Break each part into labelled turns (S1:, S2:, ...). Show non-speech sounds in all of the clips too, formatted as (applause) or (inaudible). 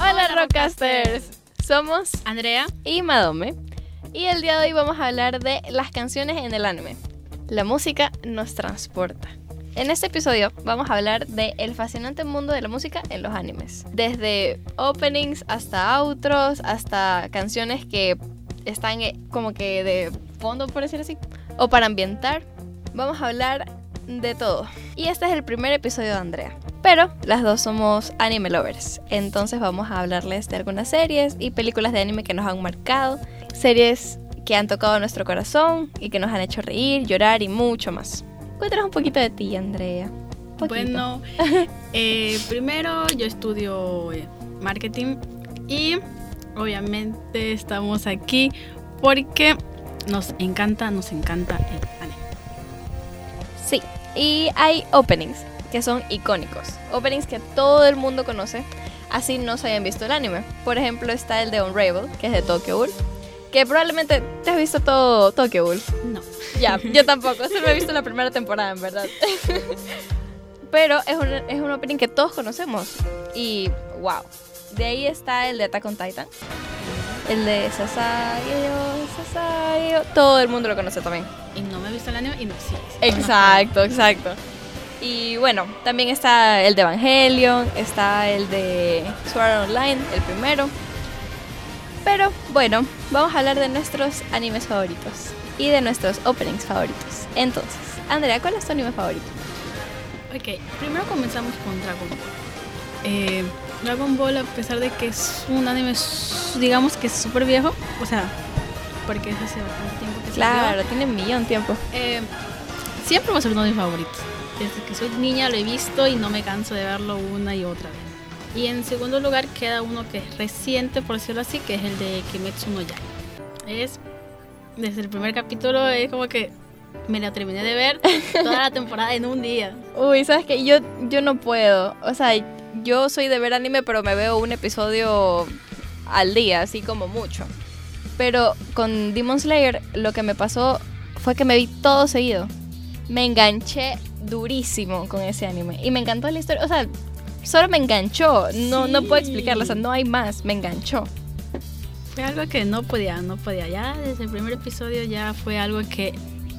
S1: Hola Rockcasters, somos
S2: Andrea,
S1: y Madome y el día de hoy vamos a hablar de las canciones en el anime. La música nos transporta. En este episodio vamos a hablar de el fascinante mundo de la música en los animes, desde openings hasta outros, hasta canciones que están eh, como que de fondo por decir así, o para ambientar. Vamos a hablar de todo. Y este es el primer episodio de Andrea. Pero las dos somos anime lovers. Entonces vamos a hablarles de algunas series y películas de anime que nos han marcado. Series que han tocado nuestro corazón y que nos han hecho reír, llorar y mucho más. Cuéntanos un poquito de ti, Andrea. Un poquito. (laughs)
S2: bueno, eh, primero yo estudio eh, marketing y obviamente estamos aquí porque nos encanta, nos encanta el anime.
S1: Sí. Y hay openings que son icónicos. Openings que todo el mundo conoce, así no se hayan visto el anime. Por ejemplo, está el de Unravel, que es de Tokyo Ghoul. Que probablemente te has visto todo Tokyo Ghoul.
S2: No,
S1: Ya, yo tampoco. Solo he visto la primera temporada, en verdad. Pero es un, es un opening que todos conocemos. Y wow. De ahí está el de Attack on Titan. El de Sasayo, Sasayo. Todo el mundo lo conoce también.
S2: y no me he visto el anime y no sí. sí,
S1: Exacto, exacto. Y bueno, también está el de Evangelion, está el de Sword Art Online, el primero. Pero bueno, vamos a hablar de nuestros animes favoritos y de nuestros openings favoritos. Entonces, Andrea, ¿cuál es tu anime favorito?
S2: conozco. Ok, primero comenzamos con Dragon Ball. Eh, Dragon Ball, a pesar de que es un anime, s- digamos que es súper viejo, o sea, porque es hace bastante tiempo que se
S1: Claro, tiene un millón de tiempo.
S2: Eh, siempre va a ser uno de mis favoritos. Desde que soy niña lo he visto y no me canso de verlo una y otra vez. Y en segundo lugar queda uno que es reciente, por decirlo así, que es el de Kimetsu no Yaiba. Es desde el primer capítulo es como que me la terminé de ver toda la temporada en un día.
S1: Uy, sabes que yo, yo no puedo. O sea, yo soy de ver anime, pero me veo un episodio al día, así como mucho. Pero con Demon Slayer lo que me pasó fue que me vi todo seguido. Me enganché durísimo con ese anime. Y me encantó la historia. O sea, solo me enganchó. No, no puedo
S2: Sí.
S1: explicarlo. O sea, no hay más. Me enganchó.
S2: Fue algo que no podía, no podía. Ya desde el primer episodio ya fue algo que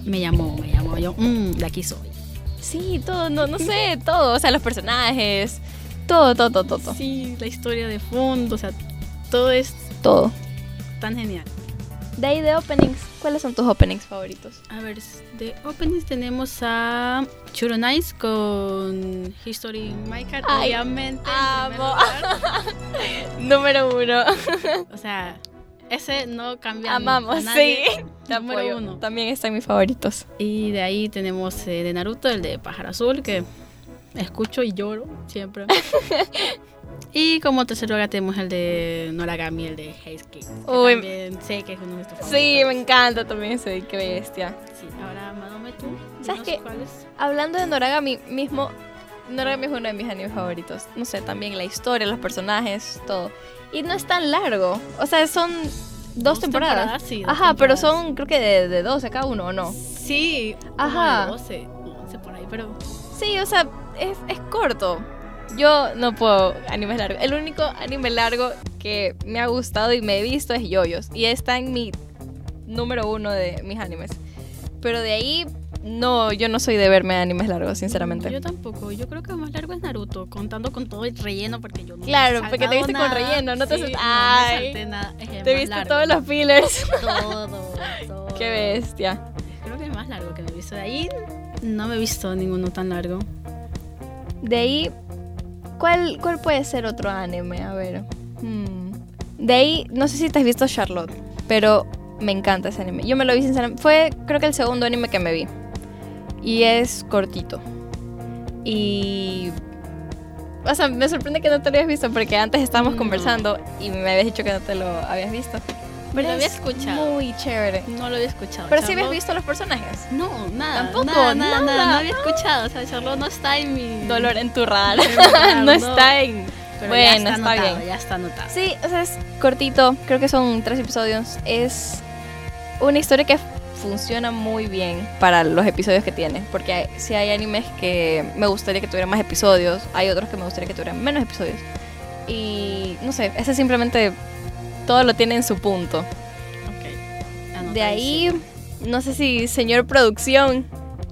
S2: me llamó, me llamó. Yo, mmm, la aquí soy.
S1: Sí, todo, no, no sé, todo. O sea, los personajes. Todo, todo, todo, todo. todo.
S2: Sí, la historia de fondo, o sea, todo es
S1: Todo.
S2: tan genial.
S1: De ahí de openings, ¿cuáles son tus openings favoritos?
S2: A ver, de openings tenemos a Churro Nice con History My Cat,
S1: Ay,
S2: obviamente. en
S1: amo.
S2: primer
S1: Número uno.
S2: lugar. O sea, ese no cambia. a
S1: Amamos, sí.
S2: nadie. Número uno.
S1: También están mis favoritos.
S2: Y de ahí tenemos eh, de Naruto, el de Pájaro Azul, que escucho y lloro
S1: (laughs)
S2: siempre. y como tercer lugar tenemos el de Noragami, el de Haze Kids, que
S1: Uy.
S2: También sé que es uno de nuestros
S1: Sí, me encanta también ese, qué bestia.
S2: favoritos. Sí, ahora Madome, tú.
S1: ¿Sabes
S2: dinos
S1: qué?
S2: cuál es.
S1: Hablando de Noragami mismo, Noragami es uno de mis animes favoritos. No sé, también la historia, los personajes, todo. Y no es tan largo. O sea, son dos, temporadas.
S2: sí, dos
S1: Ajá, pero
S2: temporadas.
S1: son creo que de, de 12 cada uno, ¿o no?
S2: Sí,
S1: Ajá.
S2: Ajá. 12, 11 por ahí, pero
S1: Sí, o sea, es, es corto. Yo no puedo animes largos. El único anime largo que me ha gustado y me he visto es Yoyos. Y está en mi número uno de mis animes. Pero de ahí, no, yo no soy de verme animes largos, sinceramente.
S2: yo tampoco. Yo creo que el más largo es Naruto, contando con todo el relleno, porque yo no me he
S1: Claro, porque te
S2: saltado
S1: viste con
S2: nada.
S1: relleno, no te
S2: Sí,
S1: sal-
S2: no me
S1: Ay.
S2: salté nada. Es el
S1: Te
S2: más
S1: viste
S2: largo.
S1: todos los fillers. (laughs)
S2: Todo, todo.
S1: Qué bestia.
S2: Creo que el más largo que me he visto de ahí. No me he visto ninguno tan largo.
S1: De ahí, ¿cuál, cuál puede ser otro anime? A ver. hmm. De ahí, no sé si te has visto Charlotte, pero me encanta ese anime. Yo me lo vi sinceramente. Fue, creo que el segundo anime que me vi. Y es cortito. Y. O sea, me sorprende que no te lo hayas visto porque antes estábamos
S2: No.
S1: conversando y me habías dicho que no te lo habías visto.
S2: Pero lo había
S1: es
S2: escuchado.
S1: Muy chévere.
S2: No lo había escuchado.
S1: Pero sí habías
S2: Charlotte-
S1: visto los personajes.
S2: No, nada.
S1: Tampoco,
S2: nada, nada,
S1: nada.
S2: No había escuchado. O sea, Charlotte no está en mi.
S1: Dolor en tu radar.
S2: (laughs) en mi radar,
S1: (laughs) Ah, no está en.
S2: Pero
S1: Bueno, está
S2: ya está, anotado,
S1: bien.
S2: Ya está anotado.
S1: Sí, o sea, es cortito, creo que son tres episodios. Es una historia que funciona muy bien para los episodios que tiene, porque hay- si hay animes que me gustaría que tuvieran más episodios, hay otros que me gustaría que tuvieran menos episodios. Y no sé, ese simplemente todo lo tiene en su punto.
S2: Ok.
S1: De
S2: Anotadísimo.
S1: ahí, no sé si señor producción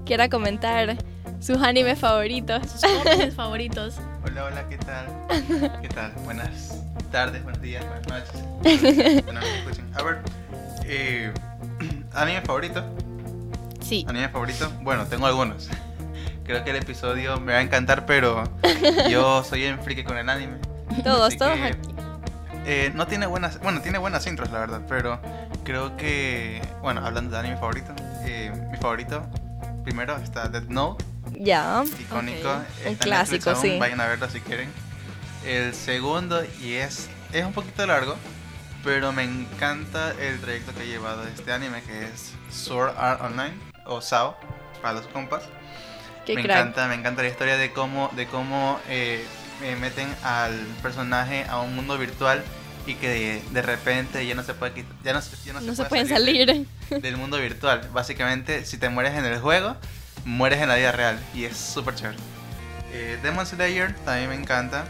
S1: quiera comentar sus animes
S3: (laughs)
S1: favoritos.
S2: Sus openings favoritos.
S3: Hola, hola,
S1: (laughs)
S3: ¿qué tal? ¿Qué tal? Buenas tardes, buenos días, buenas
S1: (laughs)
S3: noches. Bueno, me escuchen. A ver, eh, (clears throat) anime favorito.
S2: Sí.
S3: Anime favorito. Bueno, tengo algunos. Creo que el episodio me va a
S1: (laughs)
S3: encantar, pero yo soy en friki con el anime.
S1: Todos,
S3: Así
S1: todos
S3: que,
S1: aquí.
S3: eh, no tiene buenas, bueno, tiene buenas intros, la verdad, pero creo que, bueno, hablando de anime favorito, eh, mi favorito primero está Death Note.
S1: Ya.
S3: icónico.
S2: Ok.
S3: está
S1: Un
S3: en
S1: clásico,
S3: Netflix aún,
S1: sí.
S3: Vayan a verlo si quieren. El segundo, y es, es un poquito largo, pero me encanta el trayecto que ha llevado este anime, que es Sword Art Online, o SAO, para los compas.
S1: Qué
S3: me
S1: crack.
S3: encanta, me encanta la historia de cómo, de cómo eh, eh, meten al personaje a un mundo virtual y que de, de repente ya no se puede quitar- ya no, se- ya no se
S1: No se
S3: puede
S1: pueden
S3: salir de-
S1: salir.
S3: del mundo virtual. Básicamente, si te mueres en el juego, mueres en la vida real. Y es súper chévere. Eh, Demon Slayer también me encanta.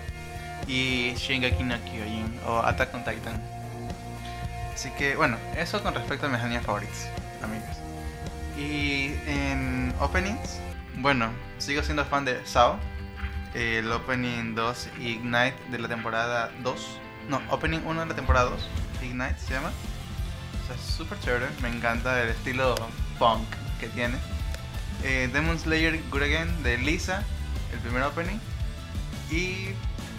S3: Y Shingeki no Kyojin o Attack on Titan. Así que, bueno, eso con respecto a mis animes favoritos, amigos. Y en openings, bueno, sigo siendo fan de Sao. Eh, El opening 2 Ignite de la temporada 2. No, opening 1 de la temporada 2. Ignite se llama. O sea, es súper chévere. Me encanta el estilo punk que tiene. Eh, Demon Slayer Good Again de Lisa, el primer opening. Y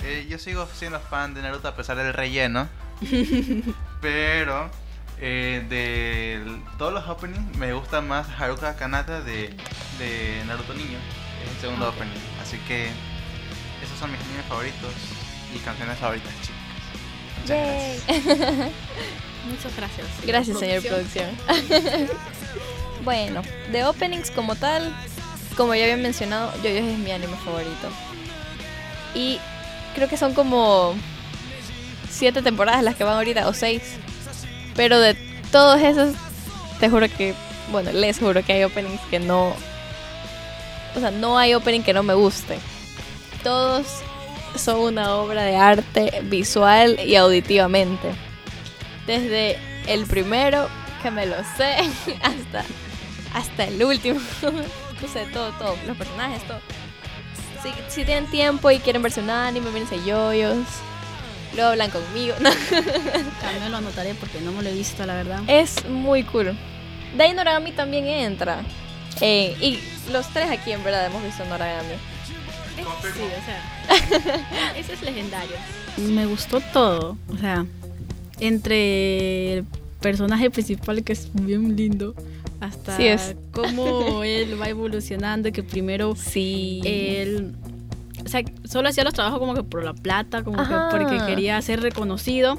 S3: eh, yo sigo siendo fan de Naruto a pesar
S2: (laughs)
S3: del relleno. pero eh, de l- todos los openings me gusta más Haruka Kanata de, de Naruto Niño. Es el segundo
S2: Ok.
S3: opening. Así que esos son mis animes favoritos y canciones favoritas, chicas. Muchas gracias.
S2: (laughs) Muchas gracias.
S1: Gracias, señor producción. (laughs) bueno, de openings como tal, como ya había mencionado, Yoyos es mi anime favorito. Y creo que son como siete temporadas las que van ahorita, o seis. Pero de todos esos, te juro que, bueno, les juro que hay openings que no... O sea, no hay opening que no me guste. Todos son una obra de arte visual y auditivamente desde el primero que me lo sé (laughs) hasta hasta el último (laughs) no sé todo todo los personajes todo si, si tienen tiempo y quieren verse un anime véanse yoyos lo hablan conmigo No, (laughs)
S2: También lo anotaré porque no me lo he visto, la verdad.
S1: es muy cool Dai Noragami también entra Eh, y los tres aquí en verdad hemos visto Noragami
S2: Sí, o sea. (laughs) Eso es legendario. Me gustó todo. O sea, entre el personaje principal que es bien lindo hasta
S1: Sí es.
S2: cómo él va evolucionando, que primero
S1: sí
S2: él... O sea, solo hacía los trabajos como que por la plata, como
S1: Ajá.
S2: que porque quería ser reconocido.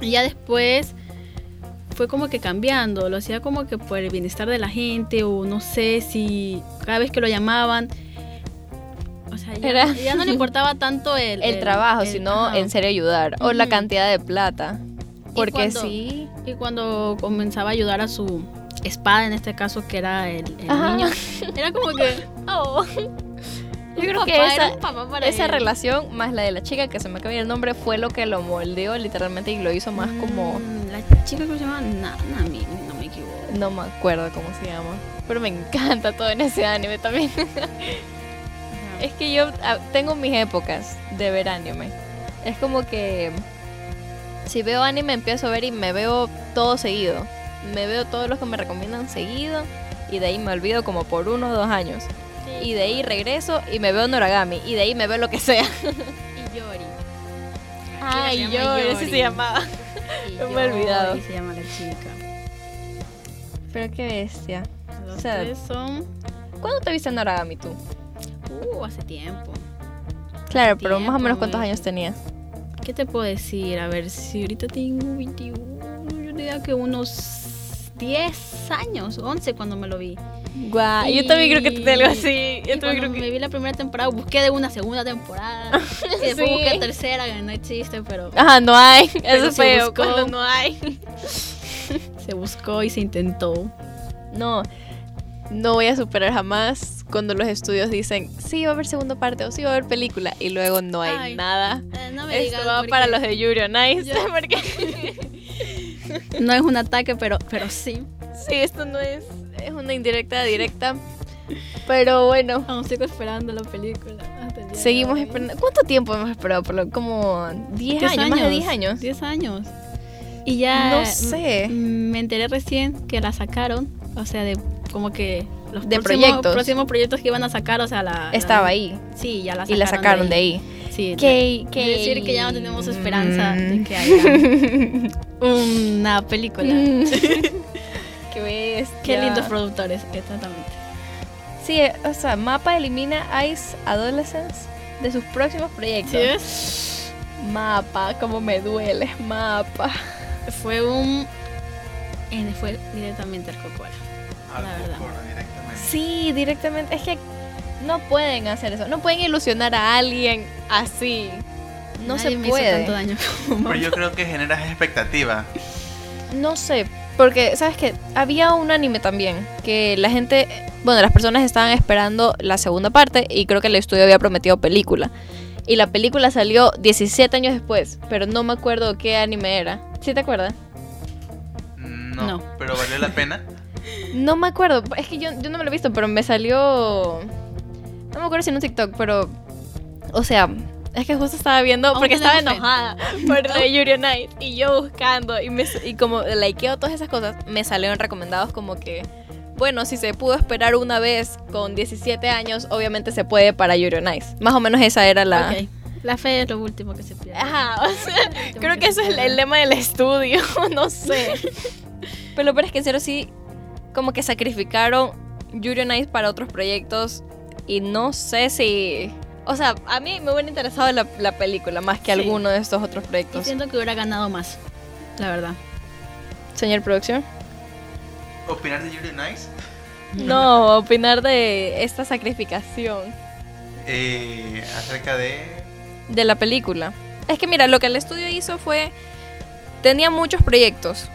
S2: Y ya después fue como que cambiando, lo hacía como que por el bienestar de la gente o no sé si cada vez que lo llamaban... O sea, ya,
S1: Era-
S2: ya
S1: (laughs)
S2: no le importaba tanto el...
S1: el trabajo
S2: el-
S1: sino
S2: ajá.
S1: en serio ayudar o la
S2: Ujú.
S1: cantidad de plata
S2: Y
S1: porque
S2: cuando-
S1: sí
S2: Y cuando comenzaba a ayudar a su espada, en este caso que era el, el
S1: Ajá.
S2: niño, era como que...
S1: (laughs) Oh. yo creo que
S2: papá, era
S1: esa,
S2: un papá para
S1: Esa
S2: él.
S1: relación, más la de la chica que se me acaba de ir el nombre, fue lo que lo moldeó literalmente y lo hizo más como.
S2: Mm, La chica que se llama Nanami, no me equivoco.
S1: No me acuerdo cómo se llama. Pero me encanta todo en ese anime también. (laughs) es que yo ah, tengo mis épocas de ver anime. Es como que. Si veo anime, empiezo a ver y me veo todo seguido. Me veo todos los que me recomiendan seguido. Y de ahí me olvido como por uno o dos años. Y de ahí regreso y me veo Noragami. Y de ahí me veo lo que sea.
S2: Y Yori.
S1: (laughs) Ay,
S2: se
S1: yo,
S2: llama
S1: ese se
S2: Yori.
S1: llamaba.
S2: Y (laughs)
S1: No me he olvidado.
S2: Yori se llama la chica.
S1: Pero qué bestia.
S2: Los
S1: O sea-
S2: tres son.
S1: ¿Cuándo te viste en Noragami tú?
S2: Uh, hace tiempo.
S1: Claro, pero más o
S2: Tiempo,
S1: menos cuántos
S2: eh.
S1: años tenías.
S2: ¿Qué te puedo decir? A ver, si ahorita tengo 21, yo diría que unos 10 años, 11 cuando me lo vi.
S1: Guau,
S2: yo también creo que tenía algo así.
S1: Yo
S2: Y cuando me vi la primera temporada, busqué de una segunda (laughs) temporada. y después
S1: Sí.
S2: busqué tercera, que no existe, (laughs) pero
S1: Ajá, no hay. Eso es
S2: se
S1: feo.
S2: buscó.
S1: cuando
S2: (laughs)
S1: no hay.
S2: se buscó y se intentó.
S1: No. no voy a superar jamás cuando los estudios dicen, sí va a haber segunda parte o sí va a haber película y luego no hay
S2: Ay,
S1: nada.
S2: Eh, no me
S1: Esto
S2: digas,
S1: va
S2: porque
S1: para los de Yuri on Ice,
S2: Ya.
S1: (laughs) porque
S2: No es un ataque, pero, pero sí.
S1: sí, esto no es, es una indirecta directa. Pero bueno,
S2: Aún sigo esperando la película. hasta el día de
S1: seguimos
S2: hoy.
S1: esperando. ¿Cuánto tiempo hemos esperado? Por lo- como 10 años, más de 10 años.
S2: 10 años. Y ya.
S1: No sé.
S2: mm, Me enteré recién que la sacaron. O sea, de como que los
S1: De
S2: próximos-
S1: proyectos.
S2: próximos proyectos que iban a sacar. O sea, la. la-
S1: Estaba ahí
S2: Sí, ya la sacaron.
S1: y la sacaron de ahí.
S2: Sí.
S1: Que,
S2: de- de decir que ya no tenemos esperanza de
S1: Mm.
S2: que haya
S1: (laughs)
S2: una película. (laughs)
S1: Mm. Qué bestia.
S2: Qué lindos productores, exactamente.
S1: Sí, o sea, Mapa elimina Ice Adolescence de sus próximos proyectos.
S2: ¿Sí ves?
S1: Mapa, como me duele, mapa.
S2: Fue un. eh, Fue directamente al Cocoa. La verdad.
S3: Algo directamente.
S1: Sí, directamente. Es que no pueden hacer eso. No pueden ilusionar a alguien así. No
S2: Nadie me
S1: se
S2: hizo
S1: puede.
S2: tanto daño (laughs) como
S3: Pero yo creo que generas expectativa.
S1: No sé. Porque, ¿sabes qué? Había un anime también que la gente, bueno, las personas estaban esperando la segunda parte y creo que el estudio había prometido película. Y la película salió 17 años después, pero no me acuerdo qué anime era. ¿Sí te acuerdas?
S3: No,
S2: No.
S3: Pero valió la pena.
S1: No me acuerdo, es que yo, yo no me lo he visto, pero me salió. No me acuerdo si en un TikTok, pero. O sea, es que justo estaba viendo,
S2: Aún
S1: porque estaba
S2: tenemos fe.
S1: enojada (laughs) por lo de Yuri on Ice, y yo buscando, y, me, y como likeo todas esas cosas, me salieron recomendados como que. Bueno, si se pudo esperar una vez con 17 años, obviamente se puede para Yuri on Ice. Más o menos esa era la.
S2: Ok. La fe es lo último que se pierde.
S1: Ajá, o sea,
S2: Lo último
S1: Creo que ese
S2: se
S1: es el, el
S2: pierde.
S1: lema del estudio, (laughs) no sé. Pero lo peor es que en serio sí, como que sacrificaron Yuri on Ice para otros proyectos y no sé si... O sea, a mí me hubiera interesado la, la película más que
S2: Sí.
S1: alguno de estos otros
S2: Y
S1: proyectos.
S2: siento que hubiera ganado más, la verdad.
S1: Señor producción.
S3: Opinar de Yuri Nice.
S1: (laughs) No, opinar de esta sacrificación
S3: Eh, acerca de.
S1: de la película. Es que mira, lo que el estudio hizo fue... Tenía muchos proyectos.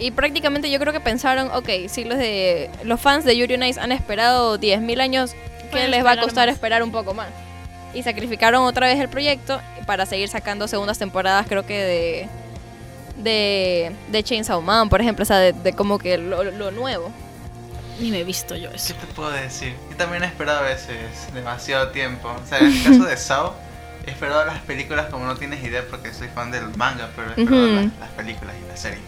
S1: Y prácticamente yo creo que pensaron, ok, si los, de, los fans de Yuri on Ice han esperado 10.000 años, ¿qué
S2: Pueden
S1: les va a
S2: esperar
S1: costar
S2: más.
S1: esperar un poco más? Y sacrificaron otra vez el proyecto para seguir sacando segundas temporadas, creo que de, de, de Chainsaw Man, por ejemplo, o sea, de, de como que lo, lo nuevo.
S2: Ni me he visto yo
S3: ¿Qué
S2: eso.
S3: te puedo decir? Yo también he esperado a veces demasiado tiempo. O sea, en el caso de Sao, he esperado las películas como no tienes idea porque soy fan del manga, pero he esperado
S1: Ujú.
S3: las, las películas y la serie.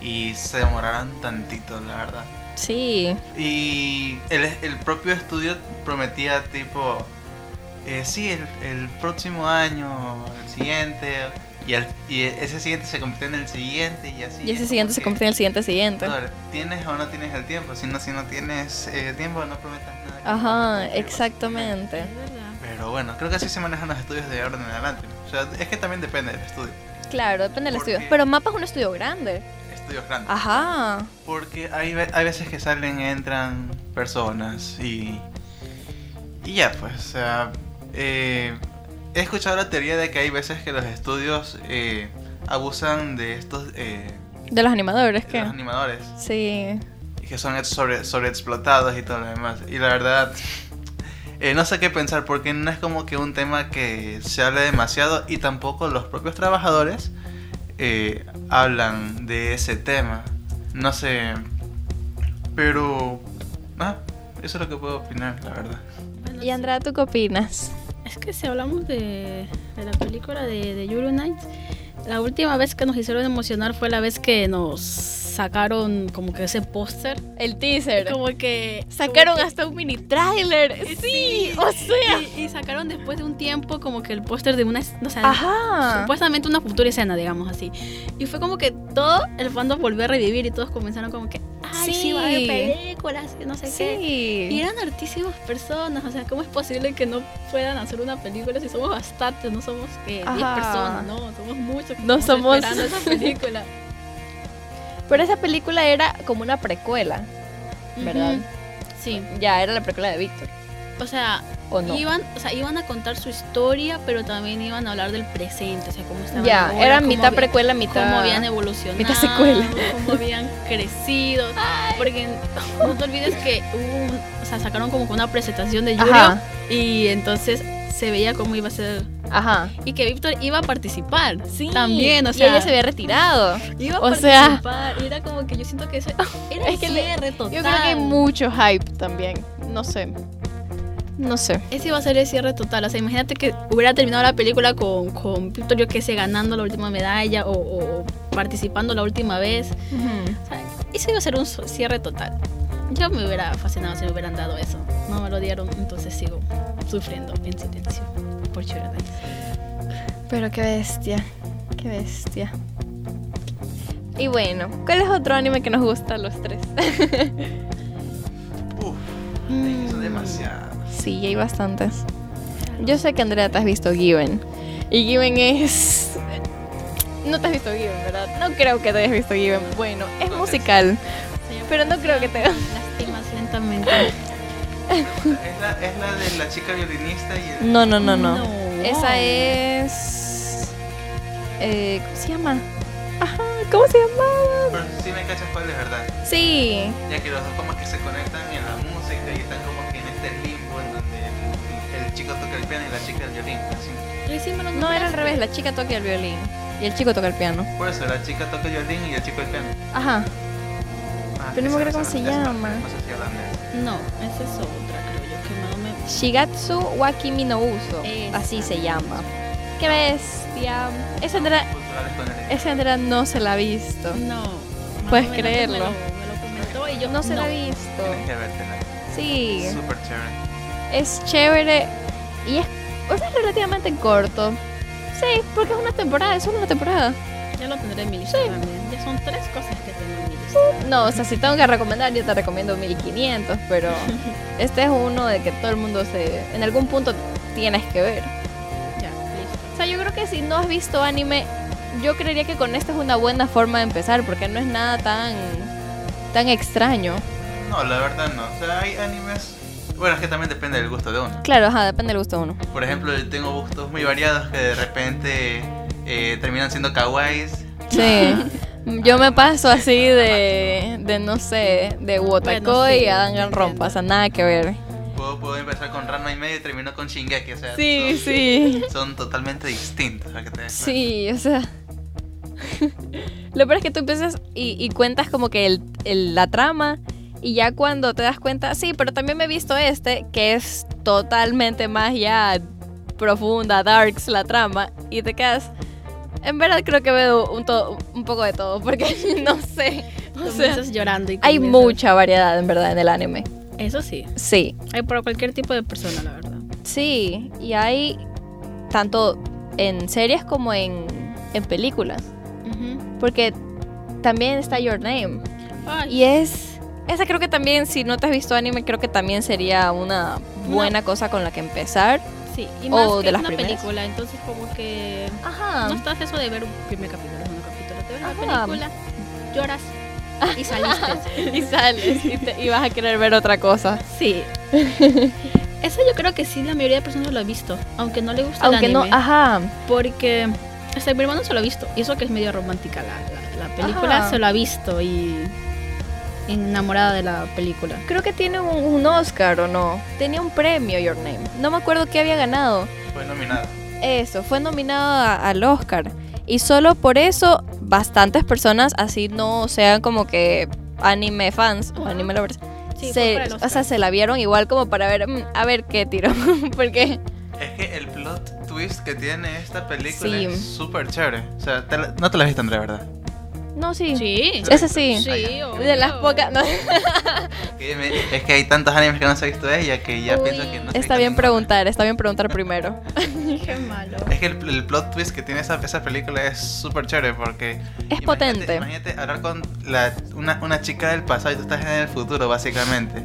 S3: Y se demoraron tantito, la verdad.
S1: Sí.
S3: Y el, el propio estudio prometía tipo, eh, sí, el, el próximo año, el siguiente, y, al- y ese siguiente se convirtió en el siguiente y así.
S1: Y ese siguiente se
S3: Como que,
S1: convirtió en el siguiente siguiente.
S3: "Brother, ¿Tienes o no tienes el tiempo? Si no, si no tienes eh, tiempo, no prometas nada. que no
S1: Ajá,
S3: cumplir,
S1: exactamente.
S2: Es verdad.
S3: Pero bueno, creo que así se manejan los estudios de ahora en adelante. O sea, es que también depende del estudio.
S1: Claro, depende del
S3: Porque-
S1: estudio. Pero Mapa es un estudio grande.
S3: Estudios grandes.
S1: Ajá.
S3: Porque hay, ve- hay veces que salen, entran personas y. Y ya, pues, o sea. eh, he escuchado la teoría de que hay veces que los estudios eh, abusan de estos. eh,
S1: De los animadores,
S3: de
S1: ¿qué?
S3: los animadores.
S1: Sí.
S3: Y que son ex- sobre, sobreexplotados y todo lo demás. Y la verdad. eh, no sé qué pensar porque no es como que un tema que se hable demasiado y tampoco los propios trabajadores eh, hablan de ese tema. No sé. Pero. Ah, eso es lo que puedo opinar, la verdad.
S2: Bueno,
S1: Y Andrea, ¿tú qué opinas?
S2: Es que si hablamos de, de la película de, de Yuri on Ice, la última vez que nos hicieron emocionar fue la vez que nos sacaron como que ese póster.
S1: El teaser.
S2: Como que
S1: Sacaron
S2: como que-
S1: hasta un mini tráiler. Sí, o sea.
S2: Y, y sacaron después de un tiempo como que el póster de una, es- o sea,
S1: Ajá.
S2: supuestamente una futura escena, digamos así. Y fue como que todo el fandom volvió a revivir y todos comenzaron como que, ay, sí, va a haber
S1: Sí.
S2: películas, que no sé qué. Y
S1: Sí.
S2: eran hartísimas personas, o sea, ¿cómo es posible que no puedan hacer una película si somos bastantes? No somos eh, 10
S1: Ajá.
S2: personas, no, somos muchos. que
S1: No
S2: estamos
S1: somos-
S2: Esperando
S1: (laughs)
S2: esa película.
S1: Pero esa película era como una precuela, ¿verdad?
S2: Ujú. Sí,
S1: Ya, era la precuela de Víctor.
S2: o sea,
S1: o no.
S2: Iban, o sea, iban a contar su historia, pero también iban a hablar del presente, o sea, cómo estaban
S1: ya,
S2: ahora,
S1: era
S2: cómo
S1: mitad
S2: había-
S1: precuela, mitad.
S2: cómo habían evolucionado,
S1: mitad secuela.
S2: cómo habían
S1: (laughs)
S2: crecido, porque no te olvides que hubo un- o sea, sacaron como que una presentación de Julio
S1: Ajá,
S2: y entonces se veía cómo iba a ser
S1: ajá.
S2: y que Víctor iba a participar.
S1: Sí,
S2: también, o
S1: y
S2: sea,
S1: ella se había retirado.
S2: iba a
S1: o sea-
S2: participar. y era como que yo siento que
S1: (laughs)
S2: eso era
S1: Es
S2: el
S1: que le-
S2: cierre total.
S1: Yo creo que hay mucho hype también. No sé. No sé.
S2: Ese iba a ser el cierre total. O sea, imagínate que hubiera terminado la película con, con Víctor, yo qué sé, ganando la última medalla o, o participando la última vez. O sea, eso iba a ser un so- cierre total. Yo me hubiera fascinado si me hubieran dado eso. No me lo dieron, entonces sigo sufriendo en silencio por llorar.
S1: Pero qué bestia. Qué bestia. Y bueno, ¿cuál es otro anime que nos gusta a los tres? (laughs)
S3: Uf,
S2: Mm.
S3: son demasiadas.
S1: Sí, hay bastantes. Yo sé que Andrea te has visto Given. Y Given es. No te has visto Given, ¿verdad? No creo que te hayas visto Given. Bueno, es
S3: No,
S1: musical. Pero no creo que te.
S2: Lastimas lentamente.
S3: Es la, es la de la chica violinista y
S1: (laughs)
S3: el...
S1: No, no, no, no. Esa es. eh, ¿Cómo se llama? Ajá, ¿cómo se llama?
S3: Pero sí me cachas cuál es verdad.
S1: Sí.
S3: Ya que los dos como que se conectan en la música y están como que en este limbo en donde el, el chico toca el piano y la chica el violín. así.
S2: Y sí me lo
S1: No, era al
S2: nombraste.
S1: revés. La chica toca el violín y el chico toca el piano.
S3: Por eso la chica toca el violín y el chico el piano.
S1: Ajá.
S3: Ah,
S1: Pero no me
S3: esa-
S1: acuerdo
S3: esa-
S1: cómo se
S3: esa-
S1: llama.
S3: No sé si hablan de eso.
S2: No, esa es otra, creo yo, que no me...
S1: Shigatsu wa Kimi no Uso.
S2: Esa.
S1: Así se llama. ¡Qué bestia! Esa Andrea,
S3: Culturales con el-
S1: esa Andrea no se la ha visto.
S2: No.
S1: Puedes
S2: Más adelante
S1: creerlo.
S2: Me lo, me lo comentó y yo
S1: No se la ha
S2: vi.
S1: visto.
S3: Tienes que vértela.
S1: Sí.
S3: Súper chévere.
S1: Es chévere. Y es, o sea, es relativamente corto. Sí, porque es una temporada. Es solo una temporada.
S2: Ya lo tendré en mi lista también. Ya son tres cosas que tengo en mi lista.
S1: No, o sea, si tengo que recomendar, yo te recomiendo 1500, (laughs) pero este es uno de que todo el mundo se. En algún punto tienes que ver.
S2: Ya, listo.
S1: O sea, yo creo que si no has visto anime, yo creería que con esta es una buena forma de empezar, porque no es nada tan. tan extraño.
S3: No, la verdad no. O sea, hay animes... Bueno, es que también depende del gusto de uno.
S1: Claro, ajá, depende del gusto de uno.
S3: Por ejemplo, yo tengo gustos muy variados que de repente eh, terminan siendo kawaiis.
S1: Sí. (laughs) Yo me paso así de, de no sé, de Wotakoi
S2: sí,
S1: a Danganronpa, o sea, nada que ver.
S3: Puedo, puedo empezar con Ranma y medio y termino con Shingeki. O sea,
S1: Sí,
S3: son,
S1: sí.
S3: son totalmente distintos. para que te des cuenta.
S1: Sí, o sea. (laughs) Lo peor es que tú empiezas y, y cuentas como que el- el- la trama. Y ya cuando te das cuenta, sí, pero también me he visto este, que es totalmente más ya profunda, darks la trama. Y te quedas. En verdad creo que veo un, to- un poco de todo, porque (laughs) no sé. O sea,
S2: Comienzas llorando y
S1: hay
S2: comienzas-
S1: mucha variedad en verdad en el anime.
S2: Eso sí.
S1: Sí.
S2: Hay para cualquier tipo de persona, la verdad.
S1: Sí, y hay tanto en series como en, en películas. Porque también está Your Name.
S2: Ay,
S1: Y es. Esa creo que también, si no te has visto anime, creo que también sería una buena cosa con la que empezar.
S2: sí. Y más
S1: o
S2: que
S1: de
S2: es
S1: las
S2: una
S1: primeras. Ah.
S2: película, entonces como que...
S1: Ajá. (laughs)
S2: No estás eso de ver un primer capítulo, un capítulo. Te ves
S1: Ajá.
S2: la película, lloras
S1: (laughs)
S2: y saliste.
S1: Y sales y, te- y vas a querer ver otra cosa.
S2: sí. Eso yo creo que sí la mayoría de personas lo ha visto, aunque no le gusta
S1: Aunque
S2: el
S1: no. ah.
S2: anime.
S1: Ajá.
S2: Porque hasta mi hermano se lo ha visto. Y eso que es medio romántica la, la- la película,
S1: Ajá.
S2: se lo ha visto y enamorada de la película.
S1: Creo que tiene un, un Oscar o no. Tenía un premio Your Name. No me acuerdo qué había ganado.
S3: Fue nominada.
S1: Eso, fue nominado a- al Oscar. Y solo por eso, bastantes personas, así no sean como que anime fans o
S2: Ajá.
S1: anime lovers,
S2: Sí, fue
S1: se-
S2: para el
S1: o sea,
S2: Oscar.
S1: se la vieron igual como para ver, mm, a ver qué tiro. (laughs) Porque,
S3: Es que el plot twist que tiene esta película
S1: Sí.
S3: es súper chévere. O sea, te la- no te la has visto, Andrea, ¿verdad?
S1: no, sí.
S2: Sí.
S1: Esa sí.
S2: Sí,
S1: De las pocas.
S2: (laughs)
S1: no.
S3: Que me- es que hay tantos animes que no se ha visto ella que ya
S2: Uy,
S3: pienso que no se ha visto
S1: Está bien
S3: ninguno.
S1: preguntar, está bien preguntar primero.
S2: Qué malo.
S3: Es que el, el plot twist que tiene esa, esa película es súper chévere porque...
S1: Es
S3: imagínate-
S1: potente.
S3: Imagínate hablar con la- una, una chica del pasado y tú estás en el futuro, básicamente.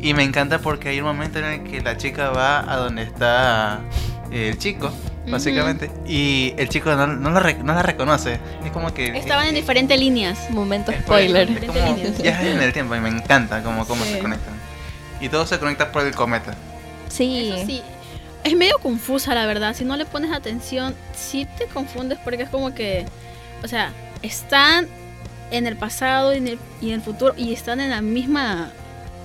S3: Y me encanta porque hay un momento en el que la chica va a donde está eh, el chico, básicamente. Y el chico no, no, la re- no la reconoce. Es como que...
S2: Estaban en
S3: eh,
S2: diferentes líneas.
S1: Momento
S3: es por-
S1: spoiler.
S3: es como viajes en el tiempo y me encanta cómo, cómo
S2: Sí.
S3: se conectan. Y todo se conecta por el cometa.
S1: Sí.
S2: Eso sí, es medio confusa la verdad. Si no le pones atención, sí te confundes porque es como que, o sea, están en el pasado y en el, y en el futuro y están en la misma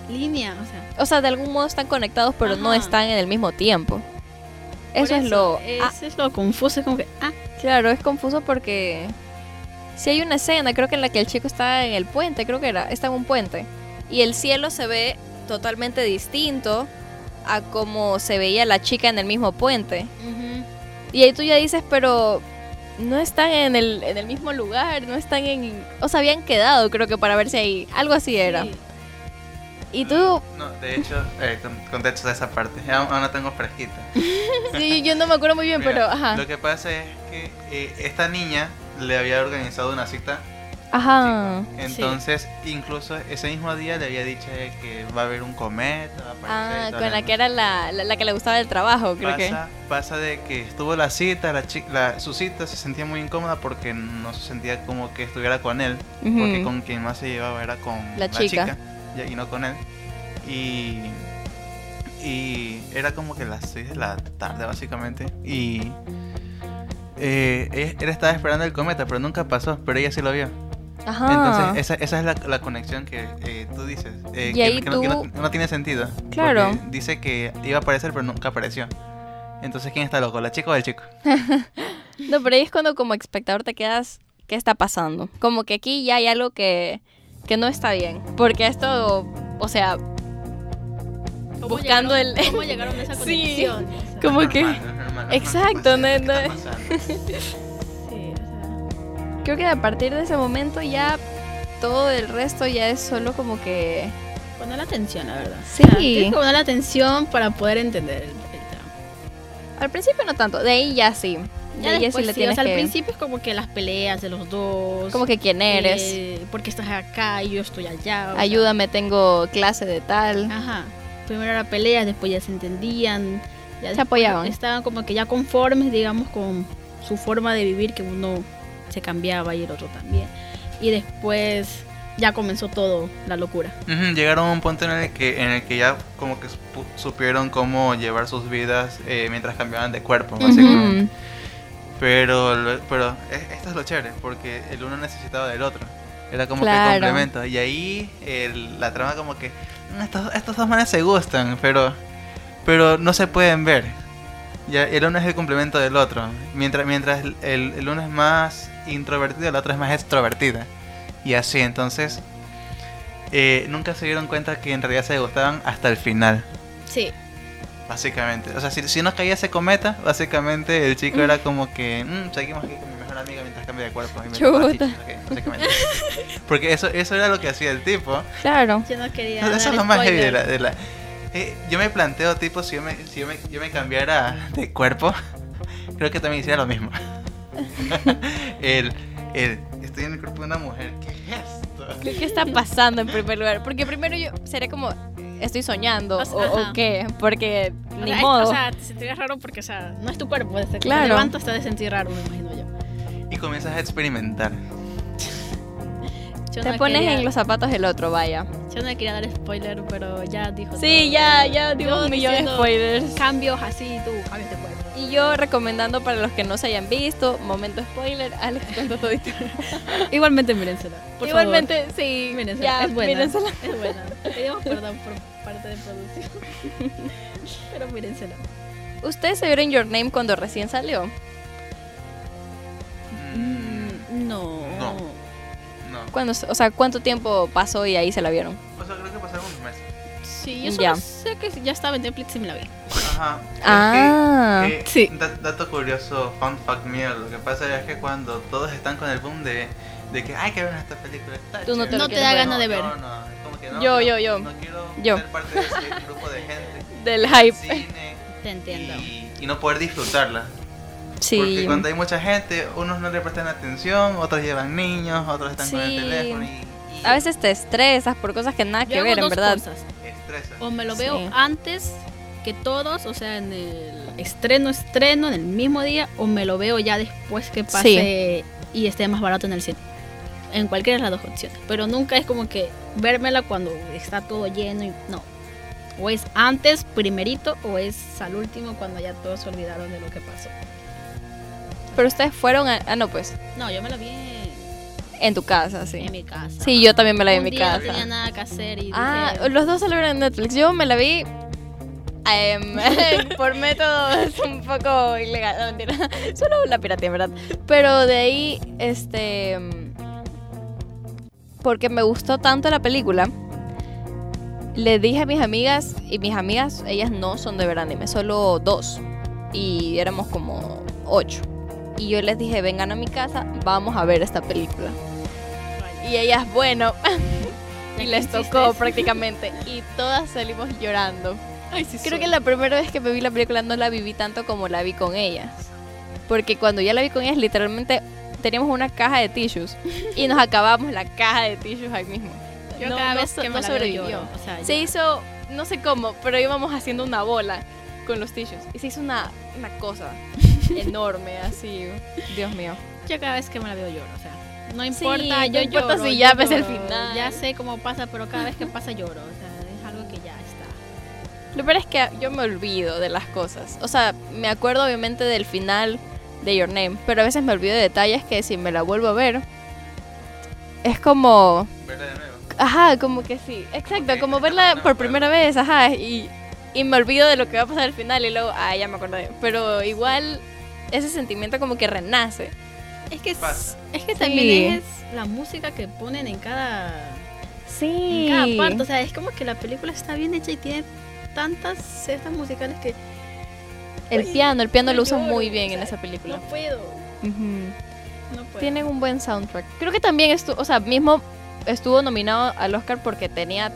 S2: línea. O sea,
S1: O sea, de algún modo están conectados, pero no
S2: Ajá.
S1: están en el mismo tiempo.
S2: por
S1: Eso, es lo...
S2: Eso
S1: ah,
S2: es lo confuso. Es como que, ah,
S1: claro, es confuso porque... Si hay una escena, creo que en la que el chico está en el puente, creo que era, está en un puente. Y el cielo se ve totalmente distinto a como se veía la chica en el mismo puente. Y ahí tú ya dices, pero no están en el, en el mismo lugar, no están en... O sea, habían quedado, creo que para verse ahí. Algo así era.
S2: sí.
S1: Y tú,
S3: No, de hecho, eh, con- contexto de esa parte. Aún aún la tengo fresquita.
S1: sí, yo no me acuerdo
S3: (laughs)
S1: muy bien,
S3: Mira,
S1: pero... Ajá.
S3: Lo que pasa es que eh, esta niña le había organizado una cita.
S1: Ajá.
S3: chica. Entonces, incluso ese mismo día le había dicho eh, que va a haber un cometa. Va a aparecer y
S1: Ah,
S3: toda
S1: con la que
S3: vaina.
S1: era la, la, la que le gustaba el trabajo, creo que.
S3: Pasa, pasa de que estuvo la cita, la, chi- la- su cita se sentía muy incómoda porque no se sentía como que estuviera con él,
S1: Ujú.
S3: porque con quien más se llevaba era con
S1: La
S3: la,
S1: chica.
S3: chica, y- y no con él. Y, y era como que las 6 de la tarde básicamente y eh, ella- él estaba esperando el cometa, pero nunca pasó, pero ella sí lo vio.
S1: Ajá.
S3: Entonces esa, esa es la, la conexión que eh, tú dices, eh,
S1: Y
S3: que,
S1: ahí
S3: que no, que no-
S1: tú-
S3: no tiene sentido.
S1: Claro.
S3: porque Dice que iba a aparecer, pero nunca apareció. Entonces, ¿quién está loco? ¿La chica o el chico?
S1: No, pero ahí es cuando como espectador te quedas, ¿qué está pasando? Como que aquí ya hay algo que, que no está bien. Porque esto, o sea,
S2: ¿Cómo
S1: Buscando
S2: llegaron-
S1: el-
S2: ¿Cómo llegaron a
S1: (laughs)
S2: esa
S1: Sí.
S2: conexión? O sea,
S1: ¿Cómo
S3: (laughs) Es
S1: que?
S3: normal, es normal, es
S1: Exacto,
S3: normal.
S1: no-
S3: ¿Qué está pasando?
S2: sí, o sea.
S1: creo que a partir de ese momento ya todo el resto ya es solo como que...
S2: Poner atención, la verdad.
S1: Sí.
S2: O sea, tienes que poner atención para poder entender el, el drama.
S1: Al principio no tanto, de ahí ya sí. De
S2: Ya
S1: ahí ya sí
S2: después
S1: le
S2: sí, o
S1: tienes
S2: sea, al
S1: que...
S2: principio es como que las peleas de los dos.
S1: Como que quién eres,
S2: eh, porque estás acá y yo estoy allá. o sea.
S1: ayúdame, tengo clase de tal.
S2: Ajá. Primero era peleas, después ya se entendían. Ya
S1: Se
S2: después
S1: apoyaban.
S2: Estaban como que ya conformes, digamos, con su forma de vivir, que uno se cambiaba y el otro también. Y después ya comenzó todo, la locura.
S3: Ujú, Llegaron a un punto en el que, en el que ya como que supu- supieron cómo llevar sus vidas eh, mientras cambiaban de cuerpo, básicamente.
S1: Ujú.
S3: Pero, lo- pero e- esto es lo chévere, porque el uno necesitaba del otro. Era como
S1: Claro.
S3: que complemento. Y ahí el- la trama como que "Mm, estos, estos dos manes se gustan, pero, pero no se pueden ver. Ya, el uno es el complemento del otro. Mientras, mientras el, el- el uno es más introvertido, el otro es más extrovertida. Y así, entonces, eh, nunca se dieron cuenta que en realidad se gustaban hasta el final.
S2: Sí.
S3: Básicamente. O sea, si, si no caía ese cometa, básicamente el chico era como que "Mm, seguimos aquí con mi mejor amiga mientras cambia de cuerpo. Y me tocaba
S1: Chuta.
S3: chichis, ok, básicamente. (laughs) Porque eso, eso era lo que hacía el tipo.
S1: Claro.
S2: Yo no quería.
S3: (laughs) Eso
S2: dar
S3: es lo más heavy de
S2: spoiler.
S3: la... de la- Eh, yo me planteo, tipo, si yo me, si yo me, yo me cambiara de cuerpo, (laughs) creo que también hiciera lo mismo. (laughs) el, el, estoy en el cuerpo de una mujer, ¿qué es esto?
S1: ¿Qué, qué está pasando en primer lugar? Porque primero yo seré como, estoy soñando
S2: O sea,
S1: o, o
S2: Pues, ajá.
S1: qué, porque
S2: O
S1: ni
S2: sea, es-
S1: modo.
S2: O sea, te sentirás raro porque, o sea, no es tu cuerpo. Desde que
S1: Claro.
S2: te levantas te has de sentir raro, me imagino yo.
S3: Y comienzas a experimentar.
S2: Yo
S1: te
S2: no
S1: pones
S2: quería-
S1: en los zapatos del otro, vaya.
S2: Yo no quería dar spoiler, pero ya dijo.
S1: Sí,
S2: todo.
S1: ya, ya
S2: Yo
S1: digo un millón de
S2: diciendo
S1: spoilers.
S2: Cambios así, tú cambias de cuerpo.
S1: Y yo recomendando para los que no se hayan visto, momento spoiler, Alex cuenta todito.
S2: Igualmente, mírensela. (laughs) Por
S1: Igualmente, sí,
S2: favor. mírensela.
S1: ya,
S2: es buena.
S1: mírensela.
S2: (laughs) Es buena. Pedimos perdón por parte de producción. (laughs) pero mírensela.
S1: ¿Ustedes se vieron Your Name cuando recién salió?
S3: Mm,
S2: no.
S3: No. no.
S1: Cuando, o sea, ¿cuánto tiempo pasó y ahí se la vieron?
S3: O sea, creo que pasaron unos meses.
S2: Sí, yo solo
S1: Ya.
S2: sé que ya estaba en Netflix y me la vi.
S3: Ajá.
S1: Ah,
S3: Es que- que-
S2: sí.
S3: da- dato curioso, fun fact mío. Lo que pasa es que cuando todos están con el boom de, de que hay que ver esta película, está
S1: Tú no te lo
S3: chévere".
S1: No te quieres da ver.
S2: ganas de ver.
S3: No, no, es como que no.
S1: Yo,
S3: no,
S1: yo, yo.
S3: No quiero
S1: Yo.
S3: ser parte de ese grupo de gente.
S1: (laughs) Del hype.
S3: Cine.
S2: Te entiendo.
S3: Y, y no poder disfrutarla. Porque
S1: Sí.
S3: cuando hay mucha gente, unos no le prestan atención, otros llevan niños, otros están con
S1: Sí.
S3: el teléfono y, y
S1: A veces te estresas por cosas que nada
S2: Yo
S1: que
S2: hago
S1: ver, en
S2: dos
S1: verdad.
S2: cosas.
S3: estresan.
S2: O me lo
S1: Sí.
S2: veo antes que todos, o sea, en el estreno, estreno, en el mismo día, o me lo veo ya después que pase y esté más barato en el cine. En cualquiera de las dos opciones. Pero nunca es como que vérmela cuando está todo lleno y no. O es antes, primerito, o es al último cuando ya todos se olvidaron de lo que pasó.
S1: Pero ustedes fueron a... Ah, no, pues.
S2: No, yo me lo vi en,
S1: En tu casa, sí.
S2: en mi casa.
S1: Sí, yo también me la vi en
S2: Un
S1: mi
S2: día No
S1: casa.
S2: tenía nada que hacer y
S1: Ah,
S2: dije,
S1: los dos se la vieron en Netflix. Yo me la vi
S2: (laughs)
S1: em, (laughs) por métodos un poco ilegales. No, mentira. (laughs) Solo la pirateé, en ¿verdad? Pero de ahí, este. em, Porque me gustó tanto la película. Le dije a mis amigas, y mis amigas, ellas no son de ver anime, solo dos. Y éramos como ocho. Y yo les dije, vengan a mi casa, vamos a ver esta película. Y ellas,
S2: (laughs)
S1: bueno, y
S2: "Ya
S1: les
S2: que
S1: tocó
S2: insistes".
S1: prácticamente. Y todas salimos llorando.
S2: Ay, sí,
S1: Creo
S2: soy.
S1: que la primera vez que me vi la película no la viví tanto como la vi con ellas. Porque cuando ya la vi con ellas, literalmente teníamos una caja de
S2: (laughs)
S1: tissues. Y nos acabamos la caja de tissues ahí mismo.
S2: Yo
S1: no-
S2: cada
S1: no
S2: vez
S1: so-
S2: que me
S1: no
S2: la veo
S1: sobrevivió.
S2: lloro, o sea,
S1: Se
S2: yo-
S1: hizo, no sé cómo, pero íbamos haciendo una bola con los tissues. Y se hizo una, una (laughs) cosa enorme, así. Dios mío.
S2: Yo cada vez que me la veo lloro, o sea, no
S1: Sí,
S2: importa,
S1: no
S2: yo
S1: importa
S2: lloro,
S1: si
S2: yo
S1: ya ves el
S2: lloro,
S1: final.
S2: Ya sé cómo pasa, pero cada vez que pasa lloro, o sea, es algo que ya está.
S1: Lo peor es que yo me olvido de las cosas. O sea, me acuerdo obviamente del final de Your Name, pero a veces me olvido de detalles que si me la vuelvo a ver, es como...
S3: Verla de nuevo.
S1: Ajá, como que sí. Exacto,
S3: Ok,
S1: como
S3: no,
S1: verla
S3: no,
S1: por
S3: pero-
S1: primera vez, ajá. Y, y me olvido de lo que va a pasar al final y luego, ah, ya me acordé. Pero igual ese sentimiento como que renace.
S2: Es que es-
S3: Pasa.
S2: es que
S1: Sí.
S2: también es la música que ponen en cada
S1: Sí.
S2: en cada parte, o sea, es como que la película está bien hecha y tiene tantas cestas musicales que
S1: El piano, el piano
S2: yo
S1: lo usan
S2: lloro,
S1: muy bien
S2: o
S1: en
S2: sea,
S1: esa película.
S2: no puedo,
S1: Ujú.
S2: no puedo.
S1: Tienen un buen soundtrack. Creo que también estuvo, o sea, mismo estuvo nominado al Oscar porque tenía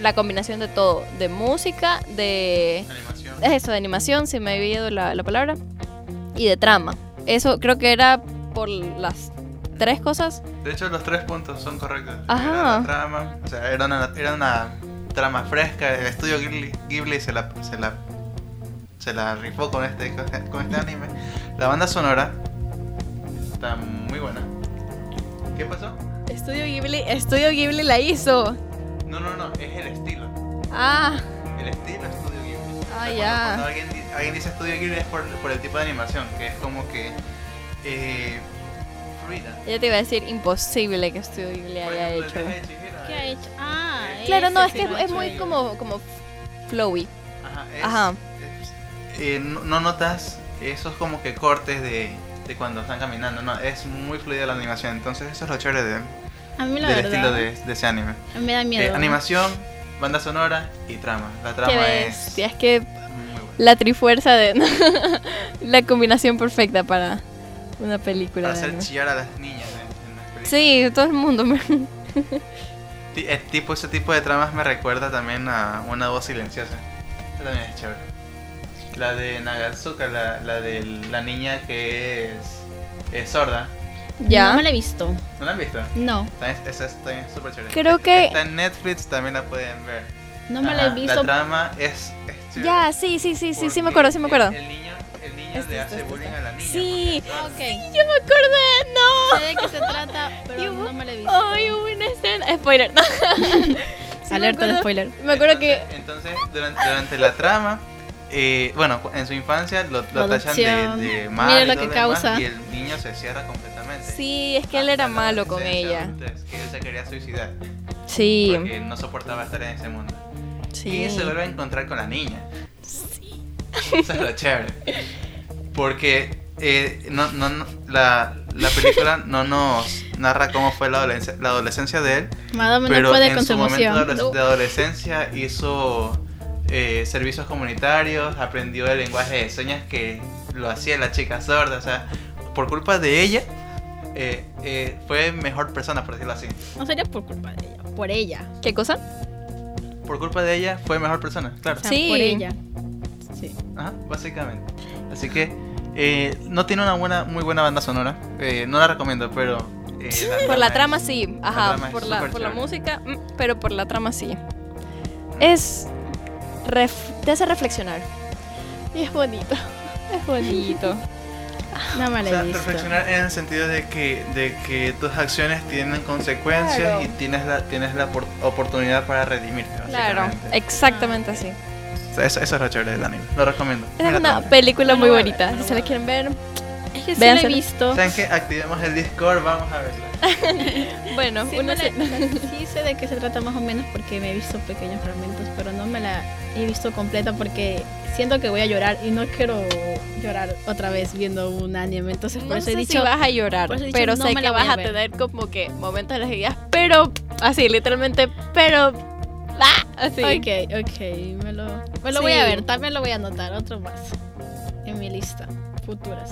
S1: la combinación de todo, de música, de
S3: Animación.
S1: eso, de animación, si me había ido la, la palabra, y de trama. Eso creo que era por las tres cosas.
S3: De hecho, los tres puntos son correctos.
S1: Ajá.
S3: Era la trama, o sea, era una, era una trama fresca. El estudio Ghibli, Ghibli se, la, se, la, se la rifó con este, con este- con este anime. La banda sonora está muy buena. ¿Qué pasó?
S1: Estudio Ghibli, Estudio Ghibli la hizo.
S3: No, no, no, es el estilo.
S1: Ah,
S3: El estilo Estudio Ghibli. O sea,
S1: Ah,
S3: cuando-
S1: ya.
S3: Cuando alguien, di- alguien dice Estudio Ghibli es por, por el tipo de animación, que es como que. Eh, fluida.
S1: ya te iba a decir imposible que Estudio Ghibli
S3: Por
S1: haya
S3: ejemplo,
S1: hecho.
S3: el viaje de Chihiro
S2: ¿Qué ha
S3: es-
S2: hecho? Ah,
S1: Claro, no,
S2: ese
S1: es
S2: sí
S1: que es,
S2: lo ha
S1: es
S2: hecho
S1: muy
S2: él.
S1: como, como flowy.
S3: Ajá. es-
S1: Ajá.
S3: es- eh, no, no notas esos como que cortes de, de cuando están caminando, no, es muy fluida la animación, entonces eso es lo chévere de-
S2: A mí la
S3: del
S2: verdad
S3: estilo de, de ese anime.
S2: me da
S3: Eh,
S2: miedo.
S3: animación, banda sonora y trama. La
S1: Qué
S3: trama es
S1: bestia, es que
S3: muy buena.
S1: La trifuerza de. (laughs) la combinación perfecta para una película.
S3: Para
S1: de
S3: hacer
S1: anime.
S3: chillar a las niñas en- en las películas.
S1: sí, todo el mundo. me-
S3: Ti- eh, tipo, ese tipo de tramas me recuerda también a una voz silenciosa. Esa también es chévere. La de Nagatsuka, la, la de la niña que es, es sorda.
S1: ya.
S2: No me la he visto.
S3: ¿No la han visto?
S2: No,
S3: También, esa es también es súper chévere.
S1: Creo que-
S3: Está en Netflix, también la pueden ver.
S2: no me la
S3: Ajá,
S2: he visto.
S3: La trama es. es chévere
S1: ya, sí, sí, sí, sí, sí, me
S3: porque
S1: acuerdo, sí, me acuerdo.
S3: El, el niño, el niño
S1: Este, este,
S3: le hace
S1: este,
S3: bullying
S1: este.
S3: a la niña.
S1: Sí.
S3: porque es sorda.
S2: Ok.
S1: Yo me acordé, no.
S2: Sé de qué se trata,
S1: (laughs) Y
S2: pero
S1: hubo-
S2: no me la he visto.
S1: Ay, hubo una escena. Spoiler,
S2: (laughs)
S1: no. Sí, me
S2: Alerta de
S1: acuerdo-
S2: spoiler.
S1: Me acuerdo que.
S3: Entonces, entonces, durante, durante la trama, eh, bueno, cu- en su infancia lo, lo tachan
S2: Adopción.
S3: de, de mal
S2: Mira
S3: y
S2: lo
S3: todo
S2: que
S3: demás,
S2: causa.
S3: y el niño se cierra completamente.
S1: Sí, es que él era
S3: Hasta la
S1: malo con
S3: adolescencia,
S1: ella.
S3: adultez, que él se quería suicidar
S1: Sí,
S3: porque no soportaba estar en ese mundo.
S1: sí.
S3: Y se vuelve a encontrar con la niña. Eso es lo chévere. Porque eh, no, no, no- la, la película no nos narra cómo fue la adolescencia, la adolescencia de él,
S2: Madame
S3: pero
S2: no puede
S3: en
S2: con
S3: su
S2: su
S3: momento de
S2: emoción.
S3: adoles- de adolescencia hizo eh, servicios comunitarios, aprendió el lenguaje de señas que lo hacía la chica sorda. O sea, por culpa de ella, eh, eh, fue mejor persona, por decirlo así.
S2: No sería por culpa de ella, por ella.
S1: ¿Qué cosa?
S3: Por culpa de ella, fue mejor persona, claro.
S2: O sea,
S1: Sí.
S2: por ella. Sí.
S3: Ajá, básicamente. Así que eh, no tiene una buena, muy buena banda sonora. Eh, no la recomiendo, pero. eh,
S1: Por la
S3: es-
S1: trama sí, ajá.
S3: trama es
S1: por la,
S3: súper
S1: por la
S3: chévere.
S1: música, mm, pero por la trama sí. Es. ref- te hace reflexionar. Y es bonito. Es bonito.
S2: No me
S3: O
S2: la
S3: sea,
S2: he visto.
S3: reflexionar en el sentido de que, de que tus acciones tienen consecuencias
S1: Claro.
S3: y tienes la, tienes la por- oportunidad para redimirte.
S1: Claro,
S3: básicamente.
S1: exactamente así.
S3: O sea, Eso, eso es lo chévere del anime. Lo recomiendo.
S1: Esa es una
S3: Maratónate.
S1: película
S2: No,
S1: muy
S2: no,
S1: bonita.
S2: no,
S1: Si
S2: no.
S1: se la quieren ver.
S2: Es que sí la he
S1: Véansela.
S2: visto.
S3: ¿Saben qué? Activemos el Discord, vamos a
S1: (laughs)
S3: verla.
S1: Bueno,
S2: Sí,
S1: uno
S2: me la-
S1: se-
S2: sí sé de qué se trata más o menos porque me he visto pequeños fragmentos, pero no me la he visto completa porque siento que voy a llorar y no quiero llorar otra vez viendo un anime. Entonces por
S1: no
S2: eso
S1: sé
S2: he
S1: si
S2: dicho,
S1: vas a llorar,
S2: por eso he dicho,
S1: pero
S2: no
S1: sé
S2: me
S1: que
S2: la voy
S1: vas
S2: a
S1: a
S2: ver.
S1: tener como que momentos de alegría, pero así, literalmente, pero ah, así.
S2: ok, ok, me lo, me lo voy
S1: Sí.
S2: a ver, también lo voy a anotar, otro más en mi lista, futuras.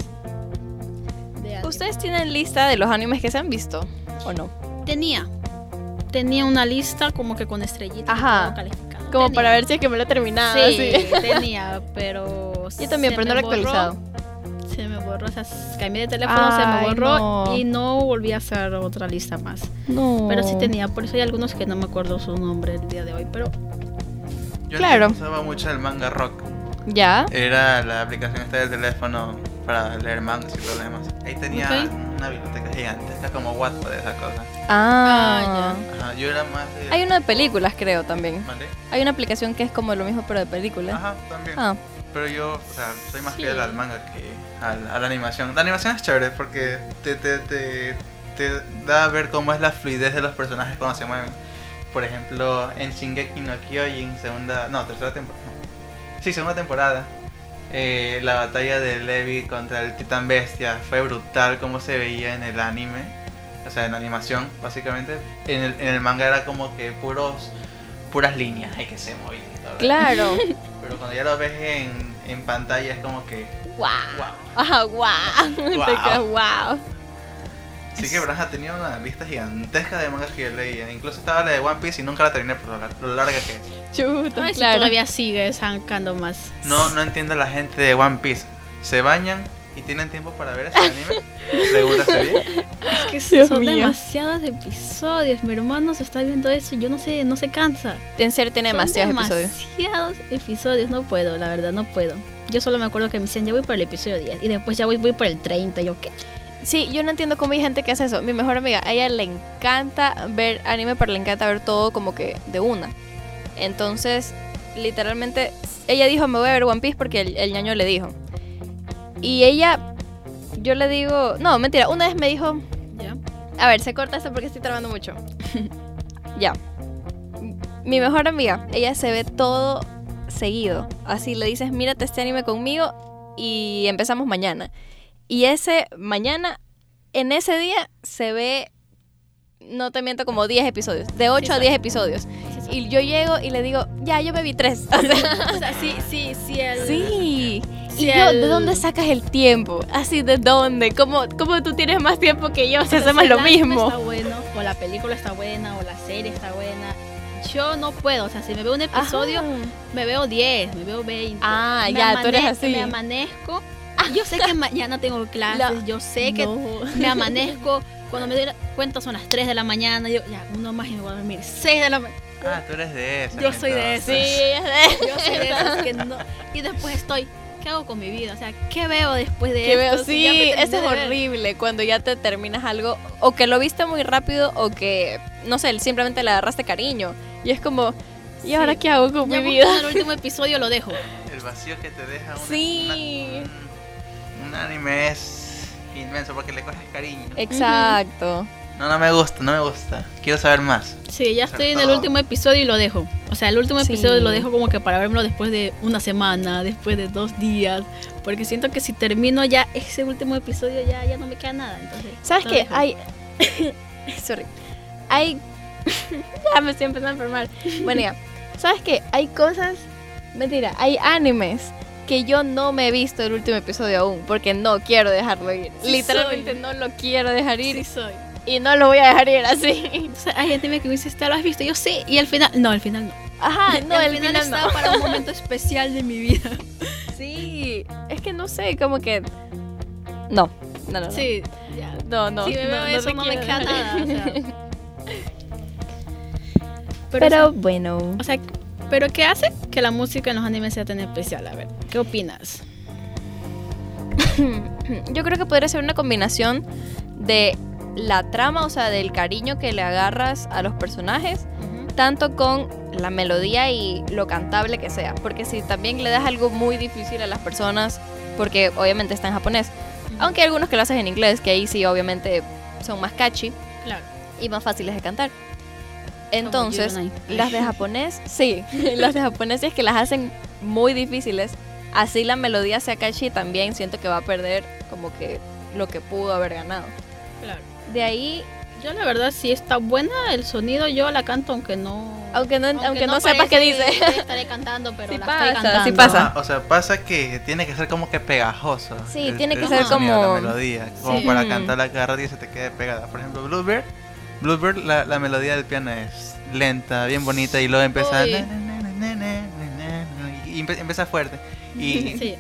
S2: de anime.
S1: ¿Ustedes tienen lista de los animes que se han visto o no?
S2: tenía, tenía una lista como que con estrellitas. y
S1: Ajá.
S2: todo calificado.
S1: Como
S2: Tenía.
S1: para ver si es que me lo he terminado.
S2: Sí,
S1: así.
S2: (laughs) tenía, pero.
S1: (laughs)
S2: (laughs)
S1: Yo también,
S2: se
S1: pero no lo
S2: me
S1: he
S2: borró.
S1: actualizado.
S2: Se me borró, o sea, s- cambié de teléfono,
S1: Ay,
S2: se me borró
S1: no.
S2: y no volví a hacer otra lista más.
S1: No.
S2: Pero sí tenía, por eso hay algunos que no me acuerdo su nombre el día de hoy, pero
S3: Yo
S1: Claro.
S3: antes usaba mucho el manga rock.
S1: ¿Ya?
S3: Era la aplicación esta del teléfono para leer mangas y problemas. Ahí tenía
S2: Ok.
S3: una biblioteca gigantesca como Wattpad de esa cosa.
S1: Ah,
S3: Ajá, yo era más de...
S1: Hay una de películas, creo, también.
S3: ¿Mandé?
S1: Hay una aplicación que es como lo mismo, pero de películas.
S3: Ajá, también.
S1: Ah,
S3: Pero yo, o sea, soy más
S2: Sí.
S3: fiel al manga que al- a la animación. La animación es chévere porque te, te, te, te da a ver cómo es la fluidez de los personajes cuando se mueven. Por ejemplo, en Shingeki no Kyojin, segunda, no, tercera temporada. Sí, segunda temporada. eh, la batalla de Levi contra el titán bestia fue brutal como se veía en el anime. O sea, en la animación, básicamente. En el, en el manga era como que puros, puras líneas, hay que se movían. y todo,
S1: (laughs)
S3: ¿verdad?
S1: claro.
S3: Pero cuando ya lo ves en, en pantalla es como que.
S1: ¡Wow!
S3: ¡Wow!
S1: ¡Ah, wow! Te
S3: Guau.
S1: quedas, wow.
S3: Sí que Branja tenía una lista gigantesca de mangas que yo leía. Incluso estaba la de One Piece y nunca la terminé por lo, lar- lo larga que es.
S1: Chuta,
S2: Ay, si
S1: claro.
S2: todavía sigue sacando más.
S3: No, no entiendo a la gente de One Piece. ¿Se bañan y tienen tiempo para ver ese anime? Pregúntase bien.
S2: Es que
S1: Dios
S2: son
S1: mío.
S2: demasiados episodios. Mi hermano se está viendo eso y yo no sé, no se cansa.
S1: En serio tiene
S2: Son
S1: demasiados episodios.
S2: demasiados episodios, no puedo, la verdad, no puedo. Yo solo me acuerdo que me decían, ya voy por el episodio 10 y después ya voy, voy por el 30. Yo, ¿qué?
S1: Sí, yo no entiendo cómo hay gente que hace eso. Mi mejor amiga, a ella le encanta ver anime, pero le encanta ver todo como que de una. Entonces, literalmente, ella dijo, me voy a ver One Piece porque el, el ñaño le dijo. Y ella, yo le digo, no, mentira, una vez me dijo,
S2: Ya.
S1: a ver, se corta esto porque estoy trabando mucho. (laughs) ya. Mi mejor amiga, ella se ve todo seguido. Así le dices, mírate este anime conmigo y empezamos mañana. Y ese mañana, en ese día, se ve, no te miento, como 10 episodios. De 8 a
S2: sabe.
S1: 10 episodios. Y yo llego y le digo, ya, yo me vi 3. O sea,
S2: (laughs) O sea, sí, sí, sí.
S1: (laughs)
S2: el-
S1: sí.
S2: Sí,
S1: Y yo, ¿de
S2: el-
S1: dónde sacas el tiempo? Así, ¿de dónde? ¿Cómo, cómo tú tienes más tiempo que yo si
S2: Pero
S1: hacemos
S2: si el
S1: lo
S2: anime
S1: mismo?
S2: Está bueno, o la película está buena, o la serie está buena. Yo no puedo, o sea, si me veo un episodio,
S1: Ajá.
S2: me veo 10, me veo 20.
S1: Ah,
S2: Me
S1: ya, tú eres
S2: amanezco-
S1: así. Ah.
S2: Me amanezco. Yo sé que mañana tengo clases,
S1: La-
S2: yo sé que me amanezco. Cuando me doy la- cuenta son las 3 de la mañana, yo ya, uno más y me voy a dormir. 6 de la mañana.
S3: Ah, tú eres de esa.
S2: Yo soy de
S1: (laughs) Sí,
S3: ese
S2: Yo soy de esas que no. Y después estoy, ¿qué hago con mi vida? O sea, ¿qué veo después de
S1: que
S2: esto?
S1: veo,
S2: Si ya me
S1: sí,
S2: terminé
S1: eso es
S2: de ver.
S1: horrible cuando ya te terminas algo o que lo viste muy rápido o que, no sé, simplemente le agarraste cariño y es como, ¿y
S2: Sí.
S1: ahora qué hago con
S2: Ya
S1: mi
S2: busco
S1: vida?
S2: en el último episodio lo dejo.
S3: El vacío que te deja una-
S1: Sí.
S3: una- un anime es inmenso porque le coges cariño.
S1: Eh. Exacto.
S3: No, no me gusta, no me gusta. Quiero saber más.
S2: Sí, ya estoy en el
S3: Acertado.
S2: último episodio y lo dejo. O sea, el último
S1: Sí.
S2: episodio lo dejo como que para vérmelo después de una semana, después de dos días. Porque siento que si termino ya ese último episodio ya, ya no me queda nada. Entonces,
S1: ¿Sabes
S2: lo
S1: qué?
S2: dejo.
S1: Hay... (coughs) Sorry. Hay... (laughs) ya me estoy empezando a enfermar. Bueno, ya. ¿Sabes qué? Hay cosas... Mentira, hay animes que yo no me he visto el último episodio aún porque no quiero dejarlo ir.
S2: Sí
S1: Literalmente
S2: soy.
S1: no lo quiero dejar ir
S2: Sí soy.
S1: y no lo voy a dejar ir así.
S2: O sea, hay gente que me dice, ¿te lo has visto? Yo sí. Y al final, no, al final no.
S1: (laughs) Ajá, no,
S2: al
S1: el
S2: final,
S1: final, (laughs)
S2: estaba
S1: no.
S2: para un momento especial de mi vida.
S1: Sí, es que no sé, como que... No, no, no. no.
S2: Sí, ya.
S1: No, no.
S2: si me veo
S1: no, no
S2: eso
S1: te
S2: no, me
S1: quiero
S2: queda
S1: dejar ir.
S2: nada.
S1: (laughs)
S2: o sea.
S1: Pero,
S2: Pero,
S1: bueno.
S2: o sea, ¿pero qué hace que la música en los animes sea tan especial? A ver, ¿qué opinas?
S1: (clears throat) Yo creo que podría ser una combinación de la trama, o sea, del cariño que le agarras a los personajes, tanto con la melodía y lo cantable que sea. Porque si también le das algo muy difícil a las personas, porque obviamente está en japonés, aunque hay algunos que lo hacen en inglés, que ahí sí obviamente son más catchy
S2: Claro.
S1: y más fáciles de cantar. Entonces,
S2: Como You and I.
S1: las de japonés, sí, (laughs) las de japonés es que las hacen muy difíciles. Así la melodía sea catchy también siento que va a perder como que lo que pudo haber ganado.
S2: Claro.
S1: De ahí,
S2: Yo la verdad sí está buena el sonido, yo la canto aunque no...
S1: aunque no, aunque no, sepas qué
S2: parece,
S1: dice.
S2: Estaré cantando, pero
S1: Sí
S2: la
S1: pasa, sí
S2: estoy cantando.
S1: pasa.
S3: O sea, pasa que tiene que ser como que pegajoso.
S1: Sí, tiene que
S2: ser
S3: sonido,
S1: como-
S3: La melodía, como
S2: Sí.
S3: para
S1: Mm.
S3: cantarla cada rato y se te quede pegada. Por ejemplo, Bluebird. Bluebird, la, la melodía del piano es lenta, bien bonita y luego empieza...
S2: Uy.
S3: na, na, na, na, na, na, na, Y empe- empieza fuerte. Y,
S2: (laughs) Sí,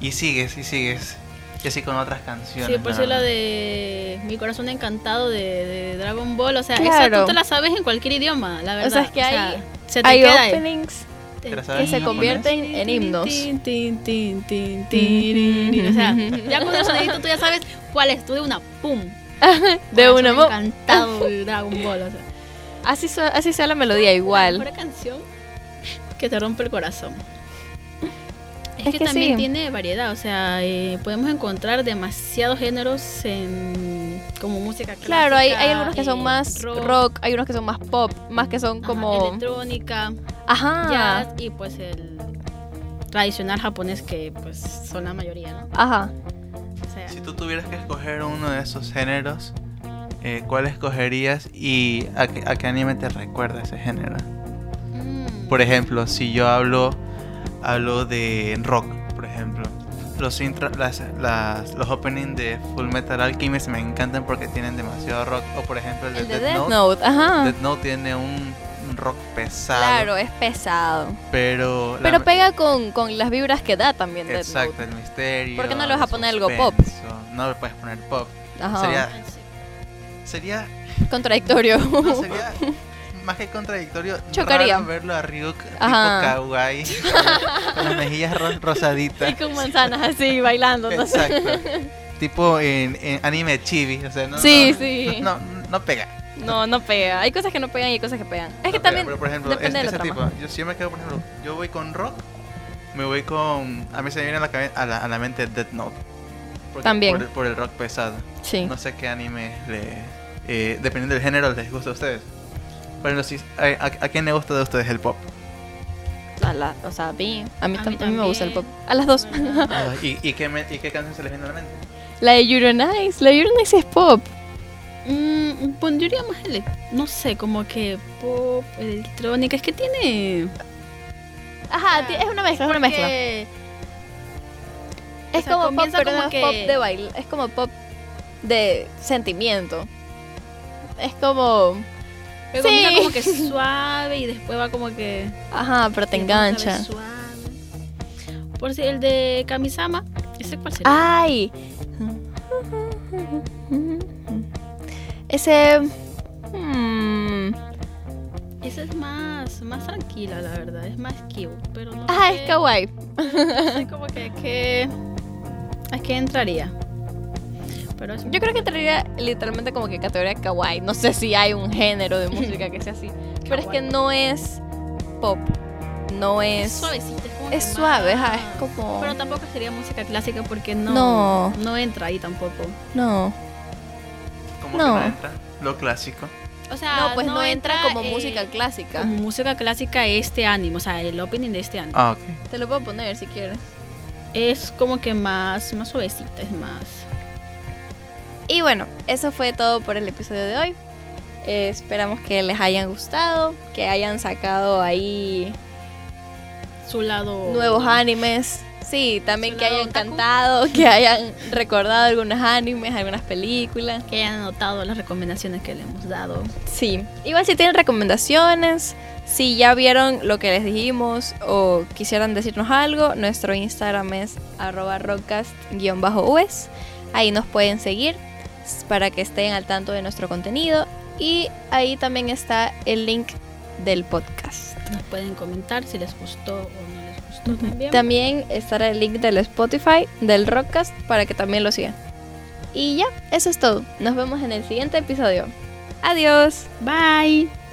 S3: y sigues, y sigues. Y así con otras canciones.
S2: sí, por eso pues, la
S3: verdad.
S2: de Mi Corazón Encantado de, de Dragon Ball, o sea, esa
S1: Claro.
S2: tú te la sabes en cualquier idioma, la verdad.
S1: O sea, es que hay-
S2: se te
S1: Hay
S2: queda ahí.
S1: openings
S3: ¿Te la sabes
S1: que
S3: en
S1: se
S3: japonés?
S1: convierten en himnos.
S2: Tin, tin, tin, tin, tin. O sea, ya con el sonidito tú ya sabes cuál es, tú de una
S1: (laughs)
S2: pum.
S1: De
S2: Corazón
S1: una mo- (laughs)
S2: Encantado de Dragon Ball, o sea.
S1: Así, so- así sea la melodía igual.
S2: Una canción que te rompe el corazón. Es,
S1: Es
S2: que,
S1: que
S2: también
S1: sí.
S2: tiene variedad, o sea, eh, podemos encontrar demasiados géneros en como música clásica.
S1: Claro, hay, hay algunos que son
S2: eh,
S1: más rock, hay unos que son más pop, más que son
S2: ajá,
S1: como...
S2: electrónica,
S1: Ajá.
S2: jazz y pues el tradicional japonés que pues son la mayoría, ¿no?
S1: Ajá.
S2: O sea,
S3: Si tú tuvieras que escoger uno de esos géneros, eh, ¿cuál escogerías y a qué, a qué anime te recuerda ese género?
S2: mm,
S3: Por ejemplo, si yo hablo, hablo de rock, por ejemplo. Los intro- las, las- los openings de Full Metal Alchemist me encantan porque tienen demasiado rock. O por ejemplo el de,
S1: El de
S3: Death,
S1: Death
S3: Note.
S1: Note, ajá.
S3: Death Note tiene un, un rock pesado.
S1: Claro, es pesado.
S3: Pero. la-
S1: Pero pega con, con las vibras que da también Death Note.
S3: Exacto, el misterio.
S1: ¿Por qué no le vas a
S3: el
S1: poner algo pop?
S3: suspenso. No le puedes poner pop.
S1: Ajá.
S3: Sería-
S2: sí,
S1: (laughs)
S3: Sería
S1: Contradictorio.
S3: (laughs) No,
S1: (laughs)
S3: sería más que contradictorio.
S1: Chocaría.
S3: raro verlo a Ryuk tipo
S1: Ajá.
S3: kawaii. con las
S1: (laughs)
S3: mejillas ro- rosaditas.
S1: y con manzanas así, bailando. no
S3: (laughs)
S1: sé.
S3: Exacto.
S1: (laughs)
S3: tipo en, en anime chibi. O sea, no,
S1: Sí,
S3: no,
S1: sí.
S3: (laughs) No, no pega.
S1: No, no pega. Hay cosas que no pegan y hay cosas que pegan. Es que
S3: No pega.
S1: también...
S3: Pero por ejemplo,
S1: depende
S3: es-
S1: de la
S3: ese
S1: trama.
S3: tipo, Yo siempre quedo, por ejemplo, yo voy con rock. Me voy con. A mí se me viene a la, cabe- a la, a la mente Death Note. Porque-
S1: También.
S3: Por, por el rock pesado.
S1: Sí.
S3: No sé qué anime le, eh, dependiendo del género les gusta a ustedes. Por ejemplo, si- eh, a, a- ¿a quién le gusta de ustedes el pop?
S1: A la- o sea, a mí, a mí,
S2: A
S1: tam-
S2: mí
S1: a mí me gusta el pop.
S2: también.
S1: A las dos.
S2: ¿verdad?
S1: Ah.
S3: ¿Y, y qué, me- y qué canción se les viene a la mente?
S1: (laughs) La de Euronice. La de Euronice es pop.
S2: Mm, pues yo diría más ele- no sé, como que pop, electrónica, es que tiene...
S1: Ajá, ti- es una mezcla, es una mezcla.
S2: Porque-
S1: Es
S2: o sea,
S1: como pop,
S2: comienza
S1: pero
S2: como
S1: no es
S2: que-
S1: pop de baile. Es como pop de sentimiento. Es como...
S2: Pero
S1: Sí.
S2: comienza como que suave y después va como que...
S1: Ajá, pero te
S2: y otra vez
S1: engancha.
S2: suave. Por si el de Kamisama, ¿ese cuál
S1: Ah.
S2: sería?
S1: ¡Ay! Ese... hmm,
S2: Ese es más, más tranquila, la verdad, es más cute, pero no
S1: Ajá,
S2: sé,
S1: Ah, es kawaii.
S2: no sé como que, que... ¿A qué entraría? Pero es
S1: Yo creo que entraría literalmente como que categoría kawaii. No sé si hay un género de música que sea así. Pero es que
S2: Kawaii.
S1: no es pop. No
S2: es
S1: es...
S2: suavecito, es como
S1: Es
S2: que
S1: suave,
S2: más-
S1: ajá, es como...
S2: Pero tampoco sería música clásica porque no,
S1: No.
S2: no entra ahí tampoco.
S1: No.
S3: ¿Cómo
S1: No.
S3: que no entra? Lo clásico.
S2: O sea,
S1: No, pues no, entra, como
S2: eh,
S1: música clásica.
S2: Como música clásica este anime, o sea, el opening de este anime.
S3: Ah, ok.
S1: Te lo puedo poner si quieres.
S2: Es como que más, más suavecita, es más.
S1: Y bueno, eso fue todo por el episodio de hoy. Eh, esperamos que les hayan gustado, que hayan sacado ahí
S2: Su lado.
S1: nuevos animes. Sí, también
S2: Su
S1: que
S2: lado
S1: hayan
S2: otaku.
S1: cantado, (laughs) que hayan recordado algunos animes, algunas películas.
S2: Que hayan anotado las recomendaciones que le hemos dado.
S1: Sí, igual si tienen recomendaciones, si ya vieron lo que les dijimos o quisieran decirnos algo, nuestro Instagram es arroba rockcast-us. Ahí nos pueden seguir s- para que estén al tanto de nuestro contenido y ahí también está el link del podcast.
S2: Nos pueden comentar si les gustó o no les gustó también.
S1: También estará el link del Spotify, del Rockcast, para que también lo sigan. Y ya, eso es todo. Nos vemos en el siguiente episodio. Adiós.
S2: Bye.